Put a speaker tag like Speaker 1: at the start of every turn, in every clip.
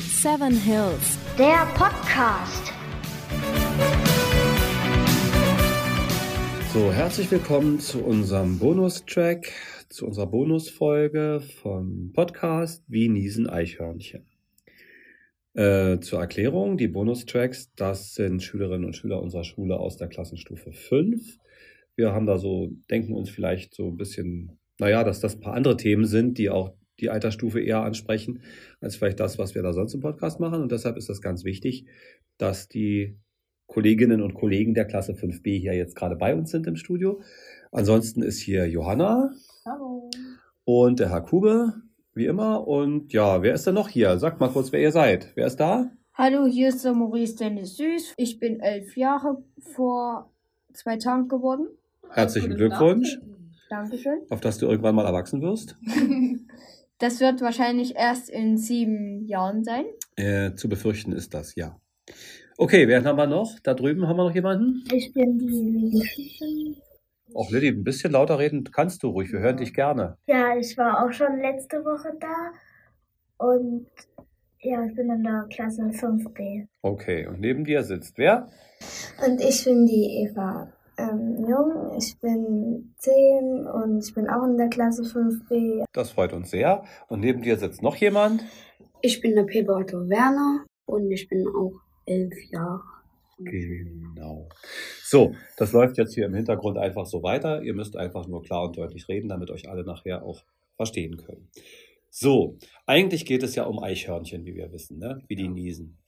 Speaker 1: Seven Hills.
Speaker 2: Der Podcast.
Speaker 3: So, herzlich willkommen zu unserem Bonustrack, zu unserer Bonusfolge vom Podcast Wie niesen Eichhörnchen. Äh, zur Erklärung, die Bonustracks, das sind Schülerinnen und Schüler unserer Schule aus der Klassenstufe 5. Wir haben da so, denken uns vielleicht so ein bisschen, naja, dass das ein paar andere Themen sind, die auch die Altersstufe eher ansprechen, als vielleicht das, was wir da sonst im Podcast machen. Und deshalb ist das ganz wichtig, dass die Kolleginnen und Kollegen der Klasse 5b hier jetzt gerade bei uns sind im Studio. Ansonsten ist hier Johanna
Speaker 4: Hallo.
Speaker 3: und der Herr Kube, wie immer. Und ja, wer ist denn noch hier? Sagt mal kurz, wer ihr seid. Wer ist da?
Speaker 5: Hallo, hier ist der Maurice Dennis Süß. Ich bin elf Jahre vor zwei Tagen geworden.
Speaker 3: Herzlichen Glückwunsch,
Speaker 5: Dankeschön.
Speaker 3: auf dass du irgendwann mal erwachsen wirst.
Speaker 5: Das wird wahrscheinlich erst in sieben Jahren sein.
Speaker 3: Äh, zu befürchten ist das, ja. Okay, wen haben wir noch? Da drüben haben wir noch jemanden?
Speaker 2: Ich bin die
Speaker 3: Auch Lilly, ein bisschen lauter reden kannst du ruhig, wir hören dich gerne.
Speaker 2: Ja, ich war auch schon letzte Woche da. Und ja, ich bin in der Klasse 5b.
Speaker 3: Okay, und neben dir sitzt wer?
Speaker 2: Und ich bin die Eva ähm, Jung. Ich bin 10 und ich bin auch in der Klasse 5b.
Speaker 3: Das freut uns sehr. Und neben dir sitzt noch jemand?
Speaker 6: Ich bin der Pepe Otto Werner und ich bin auch elf Jahre.
Speaker 3: Genau. So, das läuft jetzt hier im Hintergrund einfach so weiter. Ihr müsst einfach nur klar und deutlich reden, damit euch alle nachher auch verstehen können. So, eigentlich geht es ja um Eichhörnchen, wie wir wissen, ne? wie die niesen.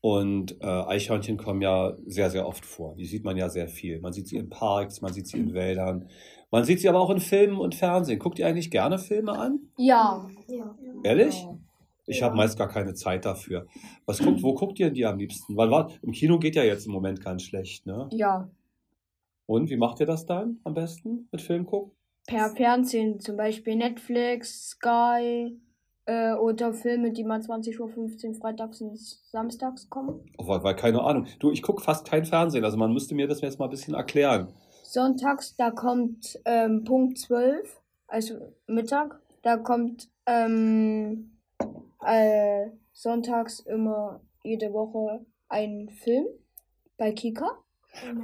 Speaker 3: Und äh, Eichhörnchen kommen ja sehr, sehr oft vor. Die sieht man ja sehr viel. Man sieht sie in Parks, man sieht sie in Wäldern. Man sieht sie aber auch in Filmen und Fernsehen. Guckt ihr eigentlich gerne Filme an?
Speaker 5: Ja.
Speaker 2: Ja.
Speaker 3: Ehrlich?
Speaker 5: Ja.
Speaker 3: Ich habe meist gar keine Zeit dafür. Was guckt, wo guckt ihr denn die am liebsten? Weil war, im Kino geht ja jetzt im Moment ganz schlecht, ne?
Speaker 5: Ja.
Speaker 3: Und wie macht ihr das dann am besten mit Film gucken?
Speaker 5: Per Fernsehen, zum Beispiel Netflix, Sky äh, oder Filme, die mal 20.15 Uhr freitags und samstags kommen.
Speaker 3: Oh, weil, weil keine Ahnung. Du, ich gucke fast kein Fernsehen, also man müsste mir das jetzt mal ein bisschen erklären.
Speaker 5: Sonntags, da kommt ähm, Punkt 12, also Mittag, da kommt ähm, äh, sonntags immer jede Woche ein Film bei Kika.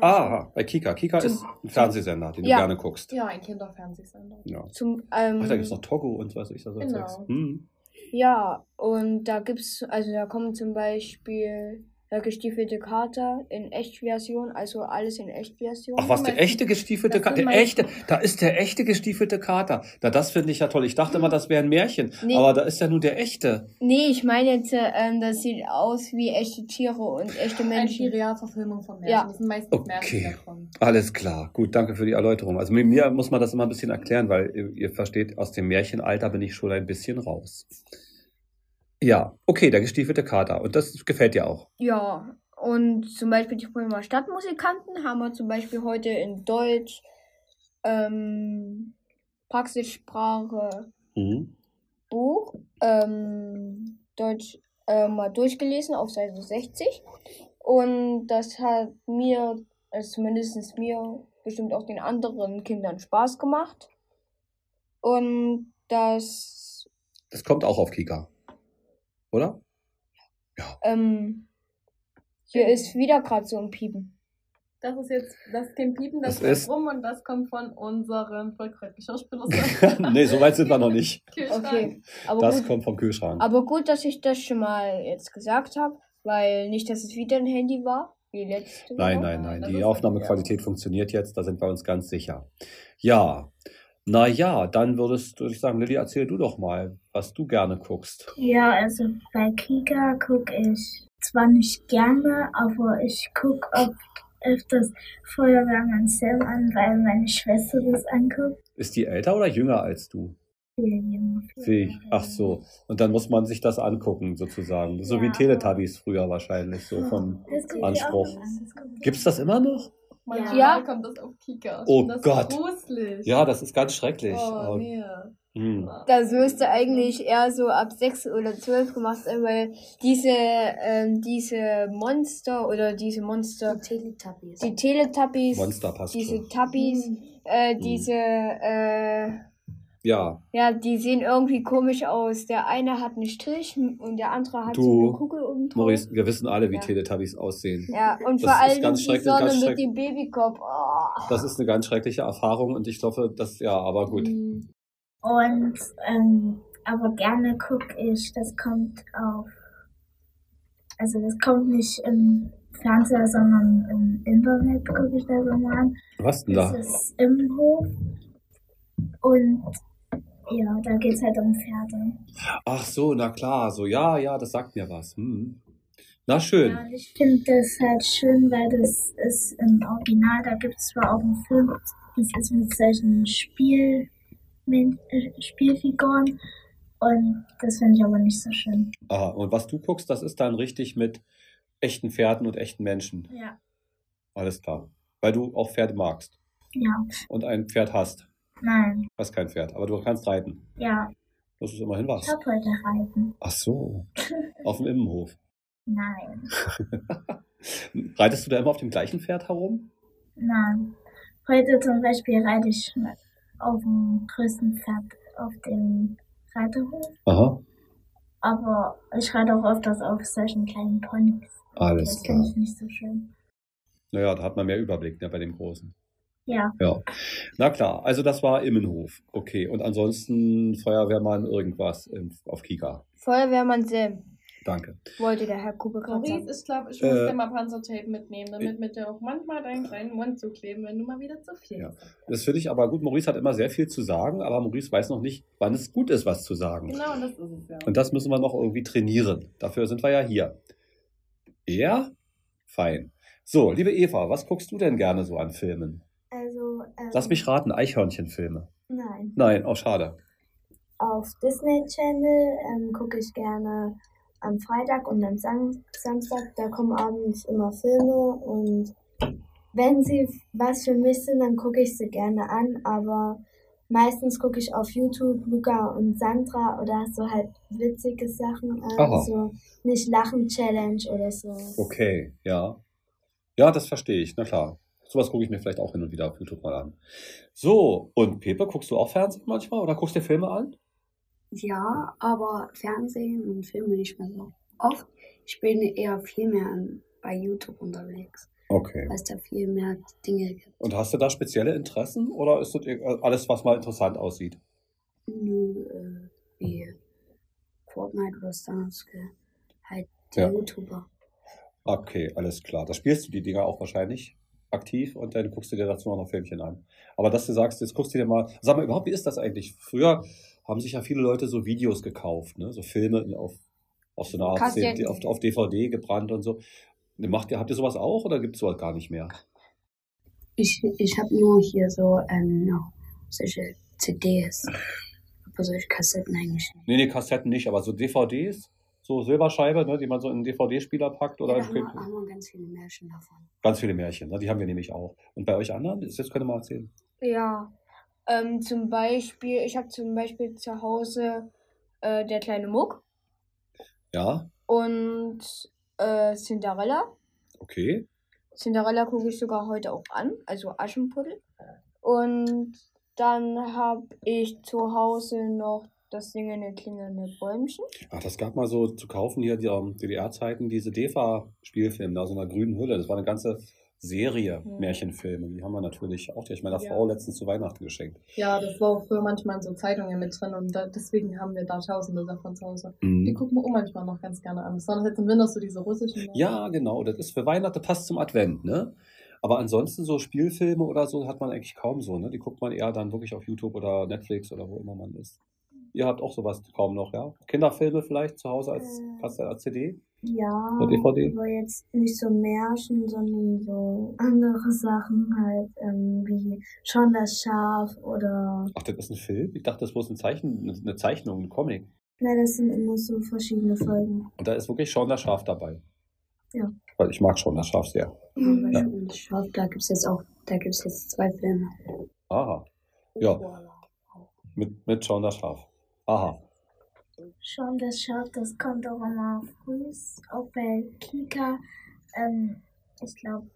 Speaker 3: Ah, bei Kika. Kika ist ein Fernsehsender, den
Speaker 5: Ja.
Speaker 3: du gerne guckst.
Speaker 4: Ja, ein Kinderfernsehsender.
Speaker 3: Ja.
Speaker 5: Zum,
Speaker 3: Ach, da gibt es
Speaker 5: ähm,
Speaker 3: noch Togo und was weiß ich da so.
Speaker 4: Genau.
Speaker 3: Zeugs. Hm.
Speaker 5: ja, und da gibt's, also da kommen zum Beispiel der gestiefelte Kater in Echtversion, also alles in Echtversion.
Speaker 3: Ach, was, der echte gestiefelte
Speaker 4: Das
Speaker 3: Kater? Der
Speaker 4: sind meine-
Speaker 3: echte, da ist der echte gestiefelte Kater. Na, das finde ich ja toll. Ich dachte immer, das wäre ein Märchen.
Speaker 5: Nee.
Speaker 3: Aber da ist ja nun der echte.
Speaker 5: Nee, ich meine jetzt, äh, ähm, das sieht aus wie echte Tiere und echte
Speaker 4: Eine
Speaker 5: Menschen.
Speaker 4: Serialverfilmung von Märchen.
Speaker 5: Ja.
Speaker 4: Das sind meistens
Speaker 3: Okay.
Speaker 4: Märchen die da kommen.
Speaker 3: Alles klar. Gut, danke für die Erläuterung. Also mit mir muss man das immer ein bisschen erklären, weil ihr, ihr versteht, aus dem Märchenalter bin ich schon ein bisschen raus. Ja, okay, der gestiefelte Kater. Und das gefällt dir auch.
Speaker 5: Ja, und zum Beispiel die Bremer Stadtmusikanten haben wir zum Beispiel heute in Deutsch, ähm, Praxissprache,
Speaker 3: Mhm.
Speaker 5: Buch, ähm, Deutsch äh, mal durchgelesen auf Seite 60. Und das hat mir, also zumindest mir, bestimmt auch den anderen Kindern Spaß gemacht. Und das,
Speaker 3: Das kommt auch auf Kika. Oder?
Speaker 5: ähm,
Speaker 3: Hm.
Speaker 5: hier ist wieder gerade so ein Piepen.
Speaker 4: Genau. Das ist jetzt das Kind Piepen, das,
Speaker 3: Das
Speaker 4: kommt
Speaker 3: ist-
Speaker 4: rum und das kommt von unserem Volkrett Geschirrspüler.
Speaker 3: nee, so weit sind wir noch nicht.
Speaker 5: Okay, aber
Speaker 3: Das
Speaker 5: gut.
Speaker 3: kommt vom Kühlschrank.
Speaker 5: Aber gut, dass ich das schon mal jetzt gesagt habe, weil nicht, dass es wieder ein Handy war, wie letzte
Speaker 3: Nein,
Speaker 5: Woche.
Speaker 3: nein, nein.
Speaker 4: Das
Speaker 3: Die
Speaker 4: ist-
Speaker 3: Aufnahmequalität funktioniert jetzt, da sind wir uns ganz sicher. Ja. Na ja, dann würdest du ich sagen, Lilly, erzähl du doch mal, was du gerne guckst.
Speaker 2: Ja, also bei Kika gucke ich zwar nicht gerne, aber ich gucke oft öfters Feuerwehrmann Sam an, weil meine Schwester das anguckt.
Speaker 3: Ist die älter oder jünger als du?
Speaker 2: Viel jünger, viel
Speaker 3: Sehe ich.
Speaker 2: jünger.
Speaker 3: Ach so. Und dann muss man sich das angucken, sozusagen. So wie
Speaker 2: Ja.
Speaker 3: Teletubbies früher wahrscheinlich. So vom
Speaker 2: Das guckt die
Speaker 3: Anspruch.
Speaker 2: auch an, das guckt die
Speaker 3: Gibt's das immer noch?
Speaker 4: Manchmal
Speaker 5: Ja.
Speaker 4: kommt das auf Kika.
Speaker 3: Oh
Speaker 4: das
Speaker 3: Gott.
Speaker 4: Ist gruselig.
Speaker 3: Ja, das ist ganz schrecklich.
Speaker 4: Oh,
Speaker 3: Aber-
Speaker 4: nee.
Speaker 3: Hm.
Speaker 5: Das müsste eigentlich eher so ab 6 oder 12 gemacht sein, weil diese, ähm, diese Monster oder diese Monster,
Speaker 6: Teletubbies.
Speaker 5: die Teletubbies,
Speaker 3: Monster passt
Speaker 5: diese
Speaker 3: schon.
Speaker 5: Tuppies, äh, diese, äh,
Speaker 3: Ja,
Speaker 5: Ja, die sehen irgendwie komisch aus. Der eine hat einen Strich und der andere hat so
Speaker 3: Du,
Speaker 5: eine Kugel oben drauf.
Speaker 3: Maurice, wir wissen alle, wie
Speaker 5: Ja.
Speaker 3: Teletubbies aussehen.
Speaker 5: Ja, und
Speaker 3: Das
Speaker 5: vor
Speaker 3: ist
Speaker 5: allem
Speaker 3: ganz
Speaker 5: die
Speaker 3: schrecklich,
Speaker 5: Sonne
Speaker 3: ganz
Speaker 5: mit dem Babykopf. Oh.
Speaker 3: Das ist eine ganz schreckliche Erfahrung und ich hoffe, dass, ja, aber gut.
Speaker 4: Hm.
Speaker 5: Mhm.
Speaker 2: Und ähm, aber gerne gucke ich, das kommt auf, also das kommt nicht im Fernseher, sondern im Internet gucke ich das immer an.
Speaker 3: Was denn
Speaker 2: Das
Speaker 3: da?
Speaker 2: ist im Hof. Und ja, da geht es halt um Pferde.
Speaker 3: Ach so, na klar, so, ja, ja, das sagt mir was. Hm. Na schön.
Speaker 2: Ja, und ich finde das halt schön, weil das ist im Original, da gibt es zwar auch einen Film, das ist mit solchen Spiel, mit, äh, Spielfiguren und das finde ich aber nicht so schön.
Speaker 3: Aha, Ah, und was du guckst, das ist dann richtig mit echten Pferden und echten Menschen.
Speaker 2: Ja.
Speaker 3: Alles klar. Weil du auch Pferde magst
Speaker 2: Ja,
Speaker 3: und ein Pferd hast.
Speaker 2: nein,
Speaker 3: Hast kein Pferd, aber du kannst reiten.
Speaker 2: ja,
Speaker 3: Das ist immerhin
Speaker 2: ich
Speaker 3: was.
Speaker 2: habe heute Reiten.
Speaker 3: Ach so. Auf dem Immenhof.
Speaker 2: Nein,
Speaker 3: Reitest du da immer auf dem gleichen Pferd herum?
Speaker 2: nein. Heute zum Beispiel reite ich mit- auf dem größten Pferd auf dem Reiterhof,
Speaker 3: Aha,
Speaker 2: aber ich reite auch öfters auf solchen kleinen Ponys.
Speaker 3: alles
Speaker 2: Das finde
Speaker 3: klar.
Speaker 2: ich nicht so schön.
Speaker 3: Naja, da hat man mehr Überblick, ne, bei dem Großen.
Speaker 2: Ja,
Speaker 3: Ja. Na klar, also das war Immenhof. Okay, und ansonsten Feuerwehrmann irgendwas im, auf Kika.
Speaker 5: Feuerwehrmann Sam,
Speaker 3: Danke.
Speaker 5: wollte der Herr Kube gerade sagen.
Speaker 4: Maurice, ich glaube, ich
Speaker 3: Äh,
Speaker 4: muss dir mal Panzertape mitnehmen,
Speaker 3: ich-
Speaker 4: damit mit dir auch manchmal deinen kleinen Mund zu kleben, wenn du mal wieder zu viel
Speaker 3: Ja.
Speaker 4: hast.
Speaker 3: Das finde ich aber gut. Maurice hat immer sehr viel zu sagen, aber Maurice weiß noch nicht, wann es gut ist, was zu sagen.
Speaker 4: Genau, das ist es ja.
Speaker 3: Und das müssen wir noch irgendwie trainieren. Dafür sind wir ja hier. Ja? Fein. So, liebe Eva, was guckst du denn gerne so an Filmen?
Speaker 1: Also, ähm,
Speaker 3: Lass mich raten, Eichhörnchenfilme.
Speaker 1: nein.
Speaker 3: Nein, auch schade.
Speaker 1: Auf Disney Channel ähm, gucke ich gerne am Freitag und am Sam Samstag. Da kommen abends immer Filme und wenn sie was für mich sind, dann gucke ich sie gerne an. Aber meistens gucke ich auf YouTube Luca und Sandra oder so halt witzige Sachen
Speaker 3: Aha.
Speaker 1: an, so nicht Lachen Challenge oder so.
Speaker 3: Okay, ja. Ja, das verstehe ich, na klar. Sowas gucke ich mir vielleicht auch hin und wieder auf YouTube mal an. So, und Pepe, guckst du auch Fernsehen manchmal oder guckst dir Filme an?
Speaker 6: Ja, aber Fernsehen und Filme nicht mehr so oft. Ich bin eher viel mehr an, bei YouTube unterwegs,
Speaker 3: Okay.
Speaker 6: weil es da viel mehr Dinge gibt.
Speaker 3: Und hast du da spezielle Interessen oder ist das ir- alles, was mal interessant aussieht?
Speaker 6: Nö, äh, wie Fortnite oder Stars, gell? halt die
Speaker 3: Ja.
Speaker 6: YouTuber.
Speaker 3: Okay, alles klar. Da spielst du die Dinger auch wahrscheinlich aktiv und dann guckst du dir dazu noch ein Filmchen an. Aber dass du sagst, jetzt guckst du dir mal, sag mal überhaupt, wie ist das eigentlich? Früher haben sich ja viele Leute so Videos gekauft, ne? so Filme in- auf, auf so eine Art
Speaker 5: Kassetten.
Speaker 3: CD, auf, auf DVD gebrannt und so. Ne, Macht ihr, habt ihr sowas auch oder gibt es sowas gar nicht mehr?
Speaker 6: Ich, ich habe nur hier so ähm, noch solche CDs, aber solche Kassetten eigentlich nicht.
Speaker 3: Nee, nee, Ne, Kassetten nicht, aber so DVDs, so Silberscheibe, ne, die man so in einen DVD-Spieler packt oder
Speaker 6: Ja,
Speaker 3: in
Speaker 6: da haben
Speaker 3: Film-
Speaker 6: wir, haben wir ganz viele Märchen davon.
Speaker 3: ganz viele Märchen, ne? die haben wir nämlich auch. Und bei euch anderen, ist jetzt könnt ihr mal erzählen.
Speaker 5: Ja, ähm, zum Beispiel, ich habe zum Beispiel zu Hause äh, der kleine Muck
Speaker 3: Ja,
Speaker 5: und äh, Cinderella.
Speaker 3: okay.
Speaker 5: Cinderella gucke ich sogar heute auch an, also Aschenputtel. Und dann habe ich zu Hause noch das singende, klingende Bäumchen.
Speaker 3: Ach, das gab mal so zu kaufen hier, die ähm, DDR-Zeiten, diese DEFA-Spielfilme da aus einer grünen Hülle. Das war eine ganze Serie
Speaker 5: Mhm.
Speaker 3: Märchenfilme. Die haben wir natürlich auch, die habe ich meiner
Speaker 4: Ja.
Speaker 3: Frau letztens zu Weihnachten geschenkt.
Speaker 4: Ja, das war auch früher manchmal in so Zeitungen mit drin und da, deswegen haben wir da tausende davon zu Hause. Die gucken wir auch manchmal noch ganz gerne an. Besonders jetzt im Winter so diese russischen.
Speaker 3: Ja, genau. Das ist für Weihnachten, passt zum Advent, ne? Aber ansonsten so Spielfilme oder so hat man eigentlich kaum so, ne? Die guckt man eher dann wirklich auf YouTube oder Netflix oder wo immer man ist. Ihr habt auch sowas kaum noch, ja? Kinderfilme vielleicht zu Hause als,
Speaker 1: Äh.
Speaker 3: als, als CD?
Speaker 1: Ja,
Speaker 3: Oder DVD?
Speaker 1: aber jetzt nicht so Märchen, sondern so andere Sachen halt, ähm, wie schon das Schaf oder,
Speaker 3: Ach, das ist ein Film? Ich dachte, das bloß ein Zeichen, eine Zeichnung, ein Comic.
Speaker 1: na, das sind immer so verschiedene Folgen.
Speaker 3: Und da ist wirklich schon das Schaf dabei.
Speaker 1: Ja.
Speaker 3: Weil ich mag schon das Schaf sehr.
Speaker 6: Mhm. Und ich hoffe, da gibt es jetzt auch, da gibt es jetzt zwei Filme.
Speaker 3: Aha. Ja, mit, mit schon das Schaf. Aha.
Speaker 2: Schon das Schaf, das kommt auch immer früh, auch bei Kika. Ähm, ich glaube,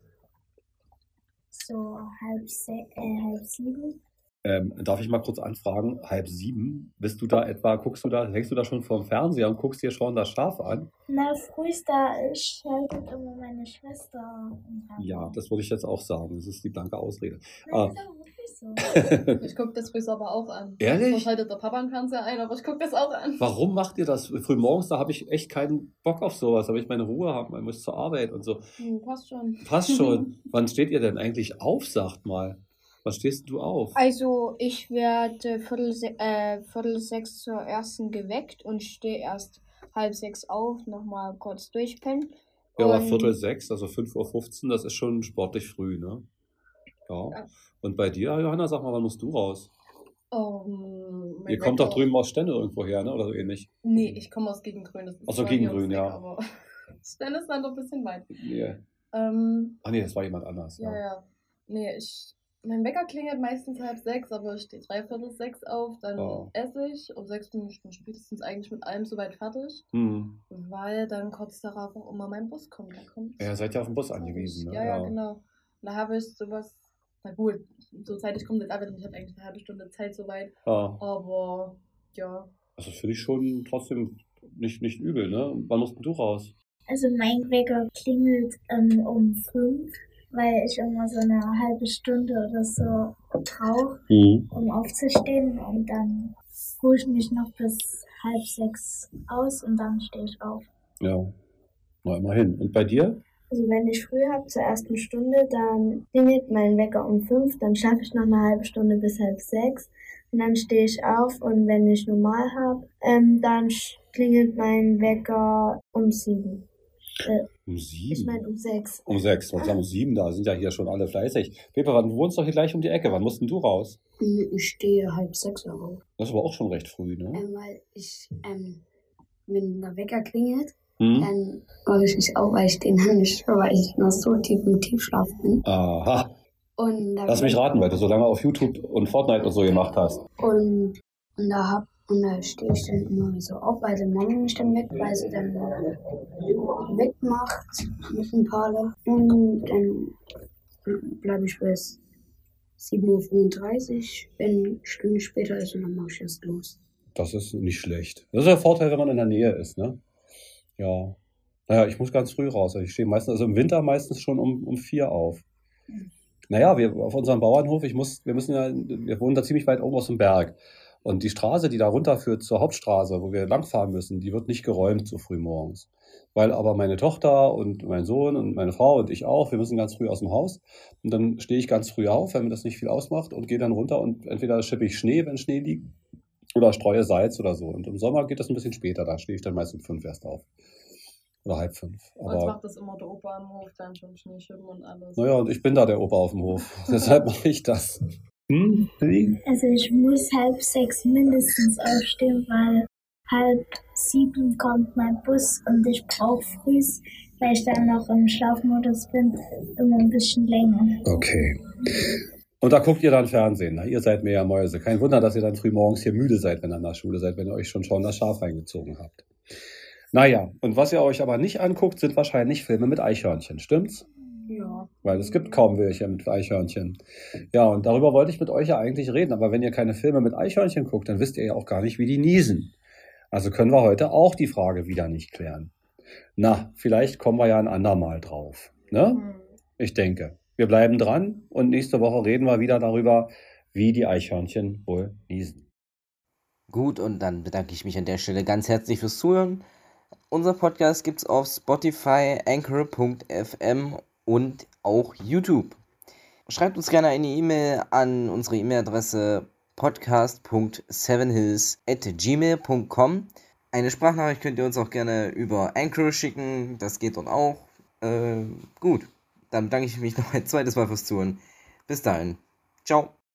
Speaker 2: so halb, se äh, halb sieben.
Speaker 3: Ähm, darf ich mal kurz anfragen, halb sieben, bist du da etwa, guckst du da, hängst du da schon vorm Fernseher und guckst dir schon das Schaf an?
Speaker 2: Na, frühester schaltet immer meine Schwester ab.
Speaker 3: Ja, das würde ich jetzt auch sagen. Das ist die blanke Ausrede.
Speaker 2: Nein,
Speaker 3: ah.
Speaker 2: ist aber wirklich so.
Speaker 4: Ich gucke das früh aber auch an.
Speaker 3: Ehrlich?
Speaker 4: So schaltet der Papa einen Fernseher ein, aber ich gucke das auch an.
Speaker 3: Warum macht ihr das? Frühmorgens, da habe ich echt keinen Bock auf sowas, da will ich meine Ruhe haben, man muss zur Arbeit und so.
Speaker 4: Hm, passt schon.
Speaker 3: Passt schon. Wann steht ihr denn eigentlich auf, sagt mal? Wann stehst du auf?
Speaker 5: Also, ich werde Viertel, se äh, Viertel sechs zur ersten geweckt und stehe erst halb sechs auf, nochmal kurz durchpennen.
Speaker 3: Ja, aber
Speaker 5: Und-
Speaker 3: Viertel sechs, also 5.15 Uhr, das ist schon sportlich früh, ne? Ja. Und bei dir, Johanna, sag mal, wann musst du raus?
Speaker 4: Oh, hm, mein
Speaker 3: Ihr kommt doch
Speaker 4: Wecker-
Speaker 3: drüben aus Stände irgendwo her, ne? Oder so ähnlich.
Speaker 4: Nee, ich komme aus Gegengrün. Das ist
Speaker 3: Ach so,
Speaker 4: zwar hier
Speaker 3: Gegengrün,
Speaker 4: ums Eck,
Speaker 3: ja.
Speaker 4: Aber dann ist dann doch ein bisschen weit.
Speaker 3: Nee.
Speaker 4: Ähm,
Speaker 3: Ah nee, das war jemand anders.
Speaker 4: ja,
Speaker 3: Ja.
Speaker 4: ja. Nee, ich. Mein Wecker klingelt meistens halb sechs, aber ich stehe dreiviertel sechs auf, dann
Speaker 3: Oh.
Speaker 4: esse ich. Um sechs bin ich dann spätestens eigentlich mit allem soweit fertig,
Speaker 3: Hm.
Speaker 4: weil dann kurz darauf auch immer mein Bus kommt. Da kommt
Speaker 3: ja, ihr seid ja auf den Bus angewiesen, ne?
Speaker 4: Ja, ja, genau. Und da habe ich sowas. Na gut, so zeitig kommt jetzt Arbeit und ich habe eigentlich eine halbe Stunde Zeit soweit.
Speaker 3: Ja.
Speaker 4: Aber ja,
Speaker 3: Also das finde ich schon trotzdem nicht, nicht übel, ne? Wann musst denn du raus?
Speaker 2: Also mein Wecker klingelt ähm, um fünf, weil ich immer so eine halbe Stunde oder so brauche, um aufzustehen und dann ruhe ich mich noch bis halb sechs aus und dann stehe ich auf.
Speaker 3: Ja. Na, immerhin. Und bei dir?
Speaker 1: Also wenn ich früh habe zur ersten Stunde, dann klingelt mein Wecker um fünf, dann schaffe ich noch eine halbe Stunde bis halb sechs und dann stehe ich auf und wenn ich normal habe, ähm, dann sch- klingelt mein Wecker um sieben.
Speaker 3: Um
Speaker 1: Ich meine
Speaker 3: sieben?
Speaker 1: um sechs.
Speaker 3: Um sechs. Und um sieben, da sind ja hier schon alle fleißig. Pepe, wann du wohnst doch hier gleich um die Ecke? Wann musst denn du raus?
Speaker 6: Ich stehe halb sechs Uhr auf.
Speaker 3: Das ist aber auch schon recht früh, ne?
Speaker 6: Ähm, weil ich, ähm, wenn der Wecker klingelt,
Speaker 3: Hm?
Speaker 6: dann mache ich mich auf, weil ich den noch nicht höre, weil ich noch so tief im Tiefschlaf bin.
Speaker 3: Aha.
Speaker 6: Und da,
Speaker 3: Lass mich raten, weil du so lange auf YouTube und Fortnite und so gemacht hast.
Speaker 6: Und, und da hab, und da stehe ich dann immer so auf, weil dann Mama mich dann weckt, weil sie dann wegmacht mit ein paar Leuten. Und dann bleibe ich bis 7.35 Uhr. Wenn eine Stunde später ist, und dann mache ich erst los.
Speaker 3: Das ist nicht schlecht. Das ist der Vorteil, wenn man in der Nähe ist, ne? Ja. Naja, ich muss ganz früh raus. Ich stehe meistens, also im Winter meistens schon um, um vier auf. Naja, wir auf unserem Bauernhof, ich muss, wir müssen ja, wir wohnen da ziemlich weit oben aus dem Berg. Und die Straße, die da runterführt zur Hauptstraße, wo wir langfahren müssen, die wird nicht geräumt so früh morgens. Weil aber meine Tochter und mein Sohn und meine Frau und ich auch, wir müssen ganz früh aus dem Haus. Und dann stehe ich ganz früh auf, wenn mir das nicht viel ausmacht, und gehe dann runter und entweder schippe ich Schnee, wenn Schnee liegt, oder streue Salz oder so. Und im Sommer geht das ein bisschen später, da stehe ich dann meist um fünf erst auf. Oder halb fünf.
Speaker 4: uns
Speaker 3: Aber
Speaker 4: macht das immer der Opa am Hof, dann schon Schneeschippen und alles.
Speaker 3: naja, und ich bin da der Opa auf dem Hof. Deshalb mache ich das. Hm, Willi?
Speaker 2: Also ich muss halb sechs mindestens aufstehen, weil halb sieben kommt mein Bus und ich brauche früh, weil ich dann noch im Schlafmodus bin, immer ein bisschen länger.
Speaker 3: Okay. Und da guckt ihr dann Fernsehen. Na, ihr seid mir ja Mäuse. Kein Wunder, dass ihr dann früh morgens hier müde seid, wenn ihr in der Schule seid, wenn ihr euch schon schon das Schaf reingezogen habt. Naja, und was ihr euch aber nicht anguckt, sind wahrscheinlich Filme mit Eichhörnchen, stimmt's?
Speaker 6: Ja.
Speaker 3: Weil es gibt kaum welche mit Eichhörnchen. Ja, und darüber wollte ich mit euch ja eigentlich reden. Aber wenn ihr keine Filme mit Eichhörnchen guckt, dann wisst ihr ja auch gar nicht, wie die niesen. Also können wir heute auch die Frage wieder nicht klären. Na, vielleicht kommen wir ja ein andermal drauf. Ne?
Speaker 4: Hm.
Speaker 3: Ich denke, wir bleiben dran und nächste Woche reden wir wieder darüber, wie die Eichhörnchen wohl niesen.
Speaker 7: Gut, und dann bedanke ich mich an der Stelle ganz herzlich fürs Zuhören. Unser Podcast gibt's auf Spotify, Anchor.fm und auch YouTube. Schreibt uns gerne eine E-Mail an unsere E-Mail-Adresse podcast.sevenhills.gmail.com. Eine Sprachnachricht könnt ihr uns auch gerne über Anchor schicken, das geht dort auch. Äh, Ähm, gut, dann bedanke ich mich noch ein zweites Mal fürs Zuhören. Bis dahin. Ciao.